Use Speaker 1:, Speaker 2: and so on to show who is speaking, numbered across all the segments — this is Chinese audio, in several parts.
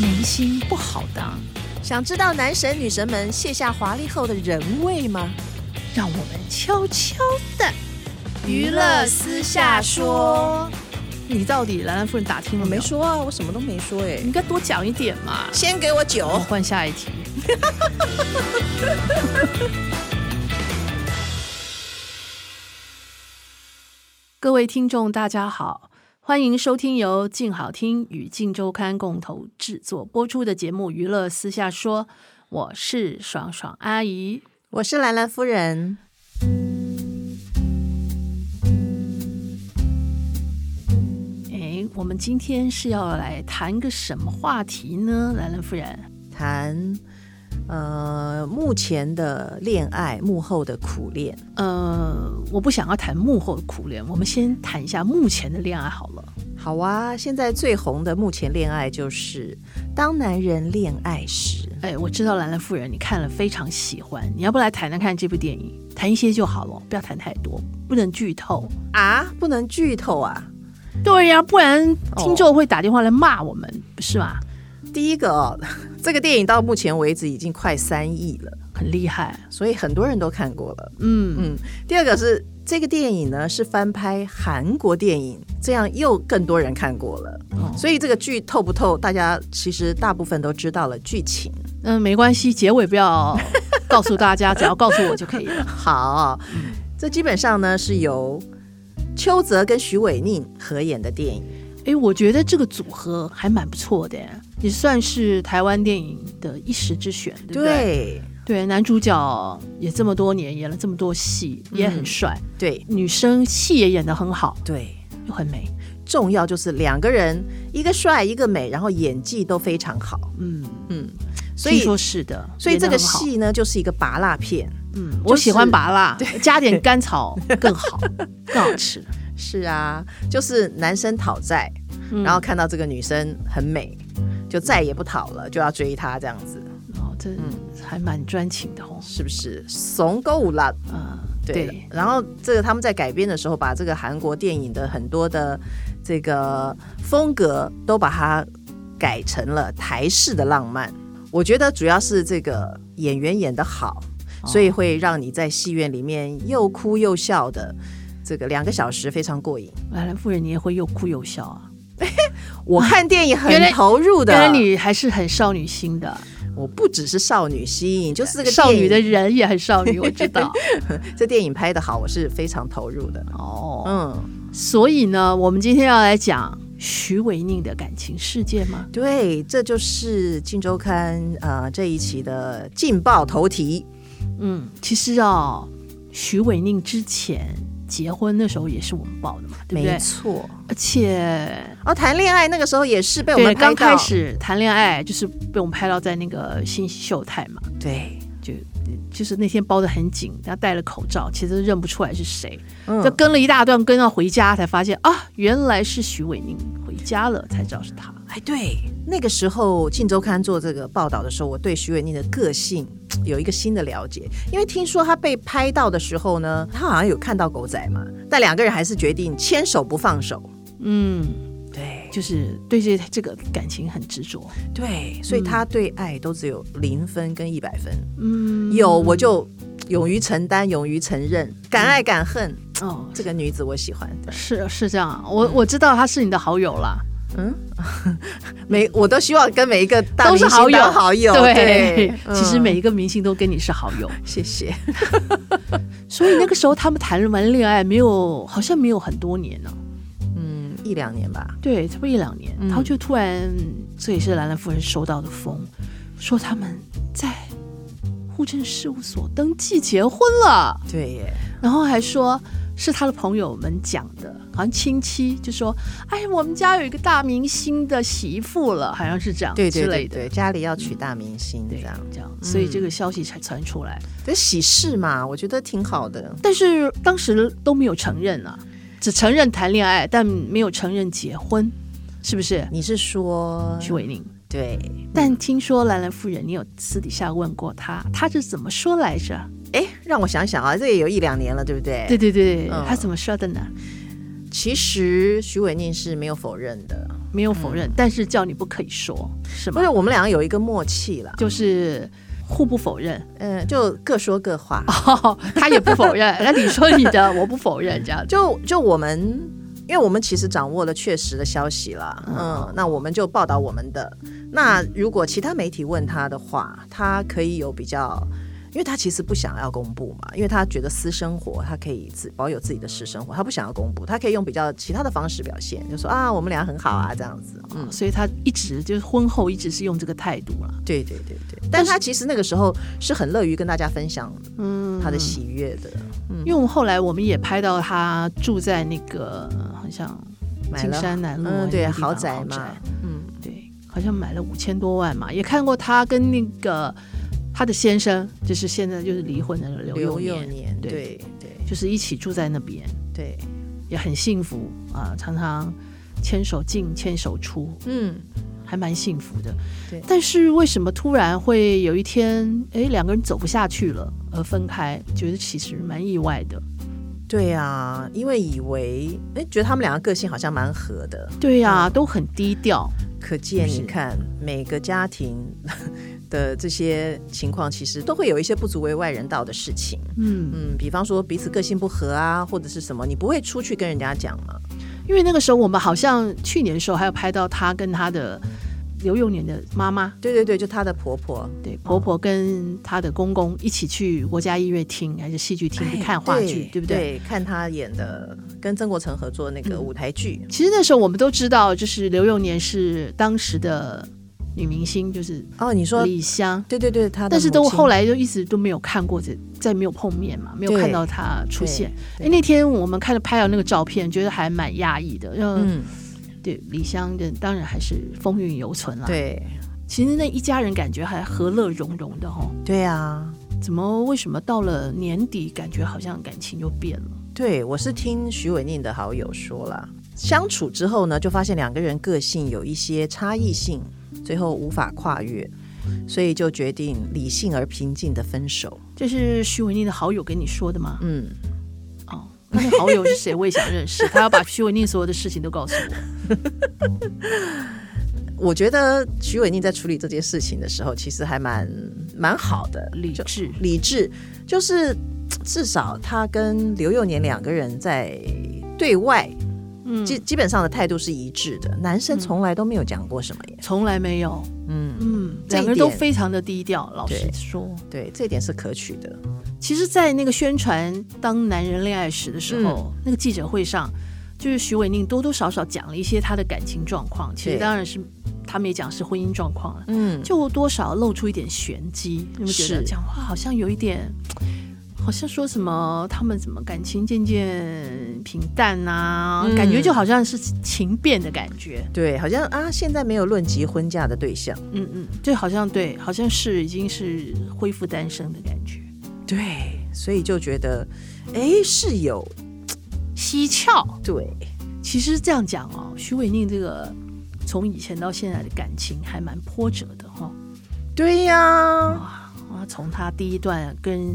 Speaker 1: 明星不好当，
Speaker 2: 想知道男神女神们卸下华丽后的人味吗？
Speaker 1: 让我们悄悄的
Speaker 3: 娱乐私下说，
Speaker 1: 你到底兰兰夫人打听了
Speaker 2: 我
Speaker 1: 没
Speaker 2: 没
Speaker 1: 有？
Speaker 2: 说啊，我什么都没说哎
Speaker 1: 你。应该多讲一点嘛。
Speaker 2: 先给我酒
Speaker 1: 我们，换下一题。 各位听众，大家好，欢迎收听由静好听与静周刊共同制作播出的节目《娱乐私下说》，我是爽爽阿姨。
Speaker 2: 我是兰兰夫人。
Speaker 1: 诶，哎我们今天是要来谈个什么话题呢？兰兰夫人，
Speaker 2: 谈呃目前的恋爱幕后的苦恋。
Speaker 1: 呃，我不想要谈幕后的苦恋，我们先谈一下目前的恋爱好了。
Speaker 2: 好啊，现在最红的目前恋爱就是当男人恋爱时。
Speaker 1: 哎，我知道《兰兰夫人》，你看了非常喜欢，你要不来谈谈看这部电影？谈一些就好了，不要谈太多，不能剧透。
Speaker 2: 啊，不能剧透啊！
Speaker 1: 对呀、不然
Speaker 2: 哦
Speaker 1: 听众会打电话来骂我们，不是吗？
Speaker 2: 第一个哦， 这个电影到目前为止已经快三亿了，
Speaker 1: 很厉害，
Speaker 2: 所以很多人都看过了。
Speaker 1: 嗯，
Speaker 2: 嗯，第二个是这个电影呢是翻拍韩国电影，这样又更多人看过了。
Speaker 1: 哦
Speaker 2: 所以这个剧透不透，大家其实大部分都知道了剧情。
Speaker 1: 嗯，没关系，结尾不要告诉大家，只要告诉我就可以了。
Speaker 2: 好，这基本上呢是由邱泽跟徐伟宁合演的电影。
Speaker 1: 哎，我觉得这个组合还蛮不错的，也算是台湾电影的一时之选，对不对？对，男主角也这么多年演了这么多戏，也很
Speaker 2: 嗯
Speaker 1: 帅，
Speaker 2: 对
Speaker 1: 女生戏也演得很好，
Speaker 2: 对，
Speaker 1: 又很美。
Speaker 2: 重要就是两个人，一个帅，一个美，然后演技都非常好。
Speaker 1: 嗯，
Speaker 2: 嗯，所
Speaker 1: 所以
Speaker 2: 以
Speaker 1: 说是的，
Speaker 2: 所以这个
Speaker 1: 演得很好，
Speaker 2: 戏呢就是一个拔辣片。
Speaker 1: 嗯，
Speaker 2: 就是
Speaker 1: 我喜欢拔辣，加点甘草更好，更好 吃。
Speaker 2: 是啊，就是男生讨债，
Speaker 1: 嗯
Speaker 2: 然后看到这个女生很美，就再也不讨了，就要追她这样子，
Speaker 1: 哦，这
Speaker 2: 嗯
Speaker 1: 还蛮专情的哦，
Speaker 2: 是不是？怂够了。
Speaker 1: 啊，
Speaker 2: 对，
Speaker 1: 对，
Speaker 2: 然后这个他们在改编的时候，把这个韩国电影的很多的这个风格都把它改成了台式的浪漫。我觉得主要是这个演员演得好，
Speaker 1: 哦
Speaker 2: 所以会让你在戏院里面又哭又笑的，这个两个小时非常过瘾。
Speaker 1: 兰兰夫人你也会又哭又笑啊，
Speaker 2: 我 看电影很
Speaker 1: 原来
Speaker 2: 投入的，
Speaker 1: 原来你还是很少女心的，
Speaker 2: 我不只是少女心，就是这个
Speaker 1: 少女的
Speaker 2: 电影
Speaker 1: 人也很少 女，我知道。
Speaker 2: 这电影拍得好，我是非常投入的。
Speaker 1: 哦，
Speaker 2: 嗯，
Speaker 1: 所以呢，我们今天要来讲徐伟宁的感情世界吗？
Speaker 2: 对，这就是《镜周刊》呃这一期的劲爆头题。
Speaker 1: 嗯，其实哦，徐伟宁之前结婚那时候也是我们报的嘛，对不对
Speaker 2: 没？错，
Speaker 1: 而且
Speaker 2: 哦，谈恋爱那个时候也是被我
Speaker 1: 对，
Speaker 2: 们拍
Speaker 1: 刚开，
Speaker 2: 到
Speaker 1: 始谈恋爱就是被我们拍到在那个新秀泰嘛，
Speaker 2: 对，
Speaker 1: 就就是那天包的很紧，然后戴了口罩，其实认不出来是谁。
Speaker 2: 嗯
Speaker 1: 就跟了一大段，跟到回家才发现啊，原来是徐伟宁，回家了才知道是他。
Speaker 2: 哎，对，那个时候《镜周刊》做这个报道的时候，我对徐伟宁的个性有一个新的了解，因为听说他被拍到的时候呢，他好像有看到狗仔嘛，但两个人还是决定牵手不放手。
Speaker 1: 嗯，
Speaker 2: 对
Speaker 1: 就是对这这个感情很执着。
Speaker 2: 对，所以他对爱都只有零分跟一百分，
Speaker 1: 嗯，
Speaker 2: 有我就勇于承担，勇于承认，敢爱敢恨，
Speaker 1: 哦，
Speaker 2: 这个女子我喜欢。
Speaker 1: 是是这样，啊我我知道他是你的好友啦，
Speaker 2: 每我都希望跟每一个大
Speaker 1: 都
Speaker 2: 明
Speaker 1: 是
Speaker 2: 星
Speaker 1: 好友，
Speaker 2: 当好友，
Speaker 1: 对
Speaker 2: 对，，
Speaker 1: 其实
Speaker 2: 嗯
Speaker 1: 每一个明星都跟你是好友，
Speaker 2: 谢谢。
Speaker 1: 所以那个时候他们谈完恋爱没有，好像没有很多年呢、
Speaker 2: 嗯，一两年吧，
Speaker 1: 对，差不多一两年，
Speaker 2: 嗯
Speaker 1: 然后就突然，这也是兰兰夫人收到的风，说他们在户政事务所登记结婚了，
Speaker 2: 对耶，
Speaker 1: 然后还说是他的朋友们讲的，好像亲戚就说，哎，我们家有一个大明星的媳妇了，好像是这样
Speaker 2: 对
Speaker 1: 之
Speaker 2: 对
Speaker 1: 类
Speaker 2: 对
Speaker 1: 的，
Speaker 2: 对，家里要娶大明星这
Speaker 1: 对
Speaker 2: 样，
Speaker 1: 这样，所以这个消息才传出来，
Speaker 2: 这喜事嘛，我觉得挺好的。
Speaker 1: 但是当时都没有承认啊，只承认谈恋爱，但没有承认结婚，是不是？
Speaker 2: 你是说
Speaker 1: 徐伟宁。
Speaker 2: 对？
Speaker 1: 但听说兰兰夫人，你有私底下问过她，她是怎么说来着？
Speaker 2: 哎，让我想想啊，这也有一两年了，对不对？
Speaker 1: 对对对，
Speaker 2: 嗯
Speaker 1: 她怎么说的呢？
Speaker 2: 其实徐伟宁是没有否认的，
Speaker 1: 没有否认，
Speaker 2: 嗯
Speaker 1: 但是叫你不可以说，是
Speaker 2: 不
Speaker 1: 吗
Speaker 2: 是？我们两个有一个默契啦，
Speaker 1: 就是互不否认，
Speaker 2: 嗯，就各说各话。
Speaker 1: 哦， 他也不否认，那你说你的，我不否认，这样 就
Speaker 2: 就就我们，因为我们其实掌握了确实的消息啦，嗯，那我们就报道我们的。那如果其他媒体问他的话，他可以有比较。因为他其实不想要公布嘛，因为他觉得私生活他可以自保有自己的私生活，他不想要公布，他可以用比较其他的方式表现，就说啊我们俩很好啊这样子。嗯，
Speaker 1: 所以他一直就是婚后一直是用这个态度啊了。
Speaker 2: 对对对对。但他其实那个时候是很乐于跟大家分享
Speaker 1: 嗯
Speaker 2: 他的喜悦的，
Speaker 1: 因为我们后来我们也拍到他住在那个呃好像
Speaker 2: 买
Speaker 1: 青
Speaker 2: 了
Speaker 1: 山南路
Speaker 2: 嗯
Speaker 1: 还是
Speaker 2: 对
Speaker 1: 哪个地方
Speaker 2: 豪宅
Speaker 1: 豪
Speaker 2: 嘛嗯
Speaker 1: 宅，对，好像买了五千多万嘛，也看过他跟那个他的先生，就是现在就是离婚的刘
Speaker 2: 刘
Speaker 1: 幼
Speaker 2: 幼年，
Speaker 1: 对
Speaker 2: 对对
Speaker 1: 就是一起住在那边，
Speaker 2: 对，
Speaker 1: 也很幸福啊、常常牵手进牵手出，
Speaker 2: 嗯。
Speaker 1: 还蛮幸福的。
Speaker 2: 对
Speaker 1: 但是为什么突然会有一天，哎，两个人走不下去了而分开？觉得其实蛮意外的。
Speaker 2: 对呀、因为以为哎，觉得他们两个个性好像蛮合的，
Speaker 1: 对呀、都很低调。
Speaker 2: 可见
Speaker 1: 是
Speaker 2: 你看每个家庭 的这些情况，其实都会有一些不足为外人道的事情。
Speaker 1: 嗯，
Speaker 2: 嗯，比方说彼此个性不合啊，或者是什么，你不会出去跟人家讲嘛？
Speaker 1: 因为那个时候我们好像去年的时候还有拍到她跟她的刘幼年的妈妈，
Speaker 2: 对对对，就她的婆婆
Speaker 1: 对婆婆跟她的公公一起去国家音乐厅还是戏剧厅去
Speaker 2: 哎
Speaker 1: 看话剧，
Speaker 2: 对
Speaker 1: 不对？嗯
Speaker 2: 对？看她演的跟曾国成合作那个舞台剧，
Speaker 1: 其实那时候我们都知道，就是刘幼年是当时的女明星，就是
Speaker 2: 哦，你说
Speaker 1: 李湘。
Speaker 2: 对对对，她的
Speaker 1: 但是都
Speaker 2: 母亲
Speaker 1: 后来就一直都没有看过，这再没有碰面嘛，没有
Speaker 2: 对
Speaker 1: 看到她出现。
Speaker 2: 对
Speaker 1: 哎，那天我们看了拍到那个照片，觉得还蛮压抑的。嗯，
Speaker 2: 嗯，
Speaker 1: 对，李湘的当然还是风韵犹存啦。，
Speaker 2: 对
Speaker 1: 其实那一家人感觉还和乐融融的哦，
Speaker 2: 对啊，
Speaker 1: 怎么为什么到了年底，感觉好像感情就变了？
Speaker 2: 对，我是听徐伟宁的好友说啦，相处之后呢，就发现两个人个性有一些差异性，最后无法跨越，所以就决定理性而平静的分手。
Speaker 1: 这是徐文宁的好友跟你说的吗？
Speaker 2: 嗯，
Speaker 1: 哦，那个好友是谁？我也想认识。他要把徐文宁所有的事情都告诉我。
Speaker 2: 我觉得徐伟宁在处理这件事情的时候，其实还蛮蛮好的，
Speaker 1: 理
Speaker 2: 就
Speaker 1: 智
Speaker 2: 理智，就是嘖至少他跟刘幼年两个人在对外。
Speaker 1: 嗯
Speaker 2: 基基本上的态度是一致的，男生从来都没有讲过什么耶。
Speaker 1: 从来没有。
Speaker 2: 嗯，
Speaker 1: 嗯，
Speaker 2: 这一
Speaker 1: 两个人都
Speaker 2: 点
Speaker 1: 非常的低调。老实
Speaker 2: 对
Speaker 1: 说，
Speaker 2: 对，这点是可取的。
Speaker 1: 其实，在那个宣传《当男人恋爱时》的时候，那个记者会上，就是徐伟宁多多少少讲了一些他的感情状况。其实
Speaker 2: 对
Speaker 1: 当然是他没讲是婚姻状况了，
Speaker 2: 嗯，
Speaker 1: 就多少露出一点玄机。你们觉得
Speaker 2: 是
Speaker 1: 讲话好像有一点，好像说什么他们怎么感情渐渐平淡啊，
Speaker 2: 嗯
Speaker 1: 感觉就好像是情变的感觉。
Speaker 2: 对，好像啊，现在没有论及婚嫁的对象。
Speaker 1: 嗯嗯，就好像对，好像是已经是恢复单身的感觉，
Speaker 2: 对，所以就觉得，哎，是有
Speaker 1: 蹊跷。
Speaker 2: 对，
Speaker 1: 其实这样讲哦，徐伟宁这个从以前到现在的感情还蛮波折的哈、
Speaker 2: 对呀、
Speaker 1: 哦。啊，从他第一段跟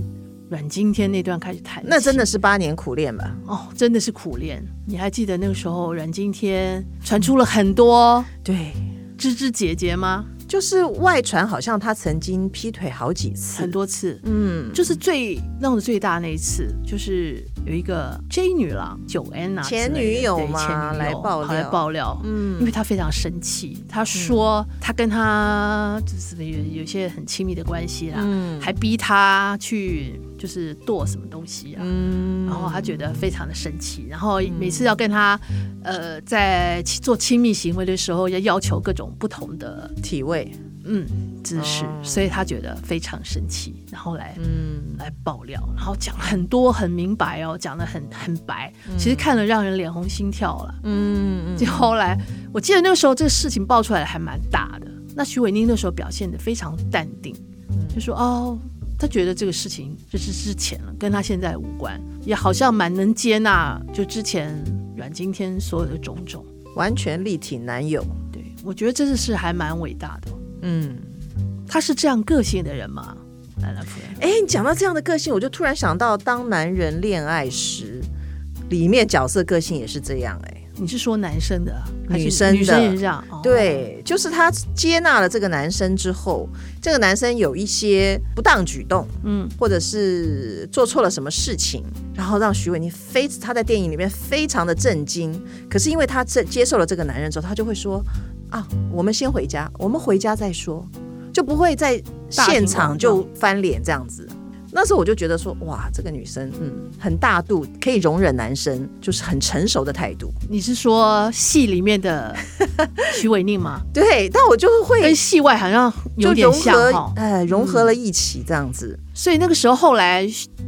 Speaker 1: 阮经天那段开始谈起，
Speaker 2: 那真的是八年苦练吧？
Speaker 1: 哦，真的是苦恋。你还记得那个时候阮经天传出了很多
Speaker 2: 对，
Speaker 1: 枝枝节节吗？
Speaker 2: 就是外传好像他曾经劈腿好几次
Speaker 1: 很。多次。
Speaker 2: 嗯，
Speaker 1: 就是最闹得最大那一次，就是有一个 J 女郎九 N 啊之类的，
Speaker 2: 前女友
Speaker 1: 对
Speaker 2: 嘛
Speaker 1: 前女友
Speaker 2: 来爆料嗯
Speaker 1: 跑来爆料，嗯，因为她非常生气，她说她跟她就是有有一些很亲密的关系啦，
Speaker 2: 嗯
Speaker 1: 还逼她去就是剁什么东西
Speaker 2: 嗯
Speaker 1: 啊，然后她觉得非常的生气，然后每次要跟她呃在亲做亲密行为的时候，要要求各种不同的
Speaker 2: 体味。
Speaker 1: 嗯姿势，
Speaker 2: 哦
Speaker 1: 所以她觉得非常生气，然后来
Speaker 2: 嗯，
Speaker 1: 来爆料，然后讲很多很明白哦，讲的很很白，其实看了让人脸红心跳了。嗯嗯。就后来我记得那个时候这个事情爆出来还蛮大的，那徐伟宁那时候表现的非常淡定，就说哦。他觉得这个事情就是之前了，跟他现在无关，也好像蛮能接纳就之前阮经天所有的种种。
Speaker 2: 完全力挺男友。
Speaker 1: 对我觉得这是还蛮伟大的。哦
Speaker 2: 嗯，
Speaker 1: 他是这样个性的人吗？兰兰夫人，
Speaker 2: 哎，你讲到这样的个性，我就突然想到，当男人恋爱时，里面角色个性也是这样哎、
Speaker 1: 你是说男生的，啊还是
Speaker 2: 女生的
Speaker 1: 女生也是这样？哦，
Speaker 2: 对，就是她接纳了这个男生之后，这个男生有一些不当举动，
Speaker 1: 嗯，
Speaker 2: 或者是做错了什么事情，然后让徐伟宁非他在电影里面非常的震惊。可是因为他这接受了这个男人之后，他就会说啊，我们先回家，我们回家再说，就不会在现场就翻脸这样子。那时候我就觉得说，哇，这个女生，嗯，很大度，可以容忍男生，就是很成熟的态度。
Speaker 1: 你是说戏里面 的徐伟宁吗？
Speaker 2: 对，但我就会
Speaker 1: 跟戏外好像
Speaker 2: 就
Speaker 1: 有点
Speaker 2: 融
Speaker 1: 像
Speaker 2: 合
Speaker 1: 哈，，嗯
Speaker 2: 哎，融合了一起这样子。
Speaker 1: 所以那个时候后来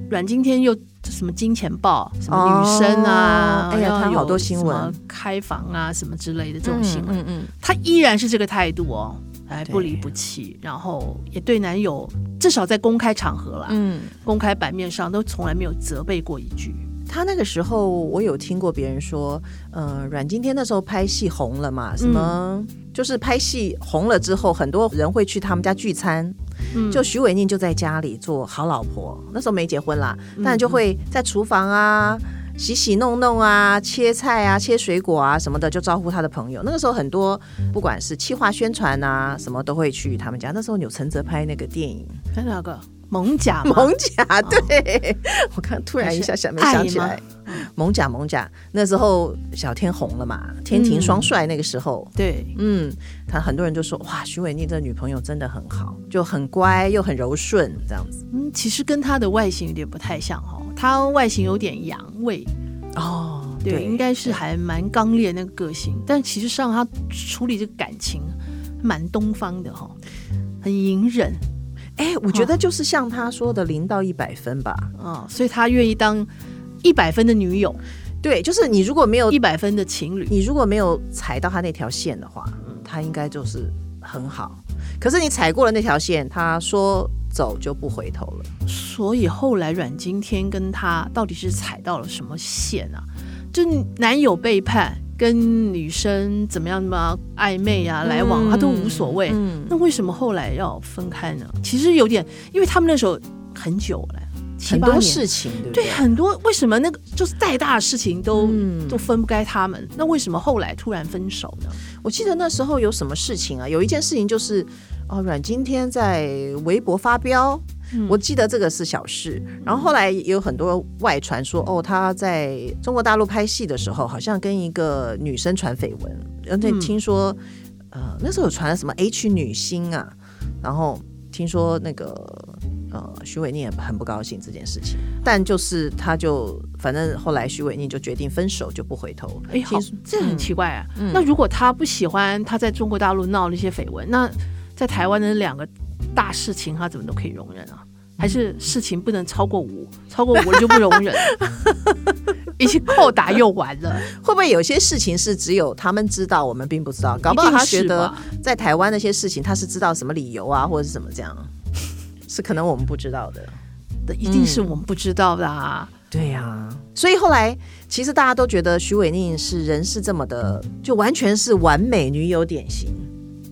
Speaker 1: 阮经天又什么金钱豹、什么女生啊，
Speaker 2: 哦哎呀
Speaker 1: 然后
Speaker 2: 他好多
Speaker 1: 有
Speaker 2: 新闻
Speaker 1: 什么开房啊什么之类的这种新闻，
Speaker 2: 嗯嗯，
Speaker 1: 他依然是这个态度哦，哎，
Speaker 2: 对
Speaker 1: 不离不弃，然后也对男友，至少在公开场合啦，
Speaker 2: 嗯，
Speaker 1: 公开版面上都从来没有责备过一句。
Speaker 2: 他那个时候我有听过别人说，呃，阮经天那时候拍戏红了嘛，什
Speaker 1: 嗯
Speaker 2: 么、就是拍戏红了之后，很多人会去他们家聚餐，
Speaker 1: 嗯
Speaker 2: 就徐伟宁就在家里做好老婆，那时候没结婚啦，
Speaker 1: 嗯
Speaker 2: 但就会在厨房啊。洗洗弄弄啊，切菜啊，切水果啊什么的，就招呼他的朋友。那个时候很多，不管是企划宣传啊，什么都会去他们家。那时候钮承泽拍那个电影，
Speaker 1: 看那个 蒙甲嘛，
Speaker 2: 蒙甲，对、我看突然一下想没想起
Speaker 1: 还
Speaker 2: 来
Speaker 1: 啊是，嗯
Speaker 2: 蒙甲蒙甲，那时候小天红了嘛，天庭双帅那个时候。嗯
Speaker 1: 对，
Speaker 2: 他很多人就说哇，徐伟宁这女朋友真的很好，就很乖又很柔顺这样子。
Speaker 1: 嗯，其实跟他的外形有点不太像哦，他外形有点阳痿，
Speaker 2: 哦，
Speaker 1: 对，应该是还蛮刚烈那个个性，但其实上他处理这个感情蛮东方的哈、哦，很隐忍
Speaker 2: 哎，我觉得就是像他说的零到一百分吧。
Speaker 1: 啊、所以他愿意当一百分的女友，
Speaker 2: 对，就是你如果没有
Speaker 1: 一百分的情侣，
Speaker 2: 你如果没有踩到他那条线的话，他应该就是很好。可是你踩过了那条线，他说走就不回头了。
Speaker 1: 所以后来阮经天跟他到底是踩到了什么线啊？就男友背叛，跟女生怎么样嘛暧昧啊、来往，他都无所谓。
Speaker 2: 嗯
Speaker 1: 那为什么后来要分开呢？其实有点，因为他们那时候很久了，七
Speaker 2: 很
Speaker 1: 八
Speaker 2: 多
Speaker 1: 年。
Speaker 2: 事情，对不
Speaker 1: 对，很多为什么那个就是再大的事情都、
Speaker 2: 嗯
Speaker 1: 都分不开他们？那为什么后来突然分手呢？
Speaker 2: 我记得那时候有什么事情啊？有一件事情就是，哦，阮经天在微博发飙，我记得这个是小事。然后后来也有很多外传说，哦，他在中国大陆拍戏的时候，好像跟一个女生传绯闻，而且听说，呃，那时候有传了什么 H 女星啊，然后听说那个。呃，徐伟宁也很不高兴这件事情，但就是他就反正后来徐伟宁就决定分手，就不回头。
Speaker 1: 哎，好
Speaker 2: 听说，
Speaker 1: 这很奇怪啊。
Speaker 2: 嗯
Speaker 1: 那如果他不喜欢他在中国大陆闹那些绯闻，那在台湾的两个大事情，他怎么都可以容忍啊？
Speaker 2: 嗯
Speaker 1: 还是事情不能超过五，超过五了就不容 忍，已经扣打用完了，
Speaker 2: 会不会有些事情是只有他们知道，我们并不知道？搞不好
Speaker 1: 一定
Speaker 2: 他
Speaker 1: 是
Speaker 2: 觉得
Speaker 1: 吧
Speaker 2: 在台湾那些事情，他是知道什么理由啊，或者是怎么这样，是可能我们不知道的。
Speaker 1: 那一定是我们不知道的啊。
Speaker 2: 对呀、所以后来其实大家都觉得徐伟宁是人是这么的，就完全是完美女友典型。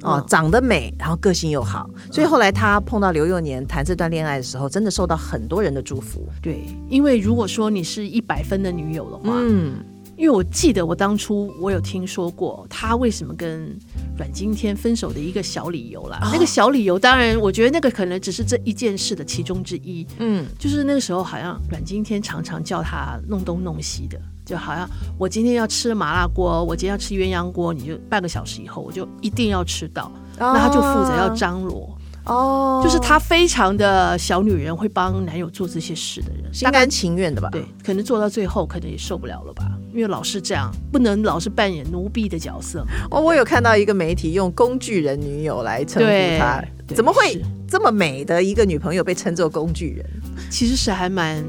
Speaker 2: 哦
Speaker 1: 嗯，
Speaker 2: 长得美，然后个性又好，所以后来她碰到刘幼年谈这段恋爱的时候，真的受到很多人的祝福。
Speaker 1: 对，因为如果说你是一百分的女友的话，
Speaker 2: 嗯，
Speaker 1: 因为我记得我当初我有听说过他为什么跟阮经天分手的一个小理由
Speaker 2: 哦
Speaker 1: 啦。那个小理由，当然我觉得那个可能只是这一件事的其中之一。
Speaker 2: 嗯，
Speaker 1: 就是那个时候好像阮经天常常叫他弄东弄西的，就好像我今天要吃麻辣锅，我今天要吃鸳鸯锅，你就半个小时以后我就一定要吃到，那他就负责要张罗。
Speaker 2: 哦，
Speaker 1: 就是她非常的小女人，会帮男友做这些事的人，
Speaker 2: 心甘情愿的吧？
Speaker 1: 对，可能做到最后，可能也受不了了吧，因为老是这样，不能老是扮演奴婢的角色。
Speaker 2: 哦，我有看到一个媒体用“工具人女友”来称呼
Speaker 1: 对
Speaker 2: 她，
Speaker 1: 对
Speaker 2: 怎么会
Speaker 1: 是
Speaker 2: 这么美的一个女朋友被称作工具人？
Speaker 1: 其实是还蛮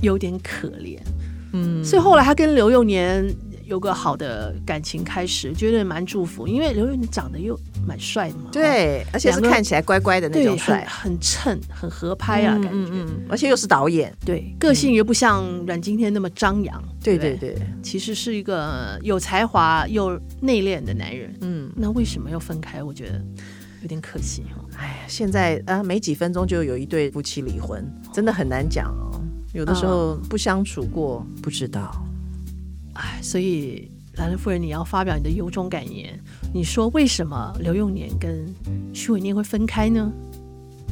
Speaker 1: 有点可怜，嗯，所以后来她跟刘幼年有个好的感情开始，觉得蛮祝福，因为刘幼年长得又蛮帅的嘛，哦，
Speaker 2: 对，而且是
Speaker 1: 两个
Speaker 2: 看起来乖乖的那
Speaker 1: 对，
Speaker 2: 种
Speaker 1: 很
Speaker 2: 帅，
Speaker 1: 很衬，很合拍啊，感觉，
Speaker 2: 嗯，而且又是导演，
Speaker 1: 对，个性又不像阮经天那么张扬，
Speaker 2: 对
Speaker 1: 对
Speaker 2: 对对，
Speaker 1: 其实是一个有才华又内敛的男人，
Speaker 2: 嗯，
Speaker 1: 那为什么要分开？我觉得有点可惜哈、
Speaker 2: 哎呀，现在啊，没几分钟就有一对夫
Speaker 1: 嗯
Speaker 2: 妻离婚，真的很难讲哦，有的时候不相处过，不知道。
Speaker 1: 哎，所以兰兰夫人，你要发表你的由衷感言，你说为什么刘永年跟徐伟念会分开 呢？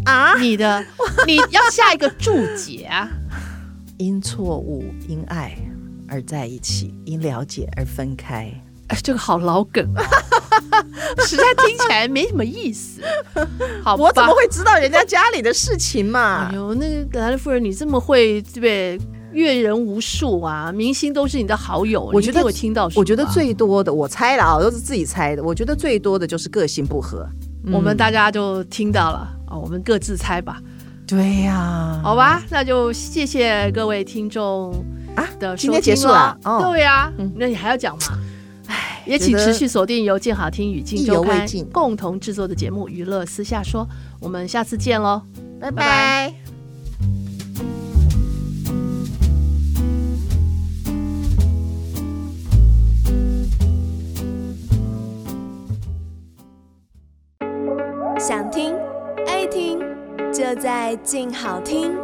Speaker 2: 啊，
Speaker 1: 你的你要下一个注解啊！
Speaker 2: 因错误、因爱而在一起，因了解而分开。
Speaker 1: 哎，这个好老梗、哦， 实在听起来没什么意 思。好吧，
Speaker 2: 我怎么会知道人家家里的事情嘛
Speaker 1: 哎？呦，那个兰兰夫人，你这么会对不对？阅人无数啊，明星都是你的好友，
Speaker 2: 我觉
Speaker 1: 你
Speaker 2: 得
Speaker 1: 一定有听到什么啊。
Speaker 2: 我觉得最多的，我猜了啊，我都是自己猜的。我觉得最多的就是个性不合。
Speaker 1: 我们大家就听到了啊、我们各自猜吧，
Speaker 2: 对呀、
Speaker 1: 好吧，那就谢谢各位听众
Speaker 2: 啊
Speaker 1: 的收听、
Speaker 2: 今天结束了哦
Speaker 1: 对呀、那你还要讲吗？也请
Speaker 2: 觉得
Speaker 1: 持续锁定由静好听与静
Speaker 2: 意犹
Speaker 1: 周
Speaker 2: 未
Speaker 1: 刊
Speaker 2: 尽
Speaker 1: 共同制作的节目《娱乐私下说》，我们下次见喽。
Speaker 2: 拜
Speaker 1: 拜
Speaker 2: 拜
Speaker 1: 拜。
Speaker 3: 想听爱听，就在静好听。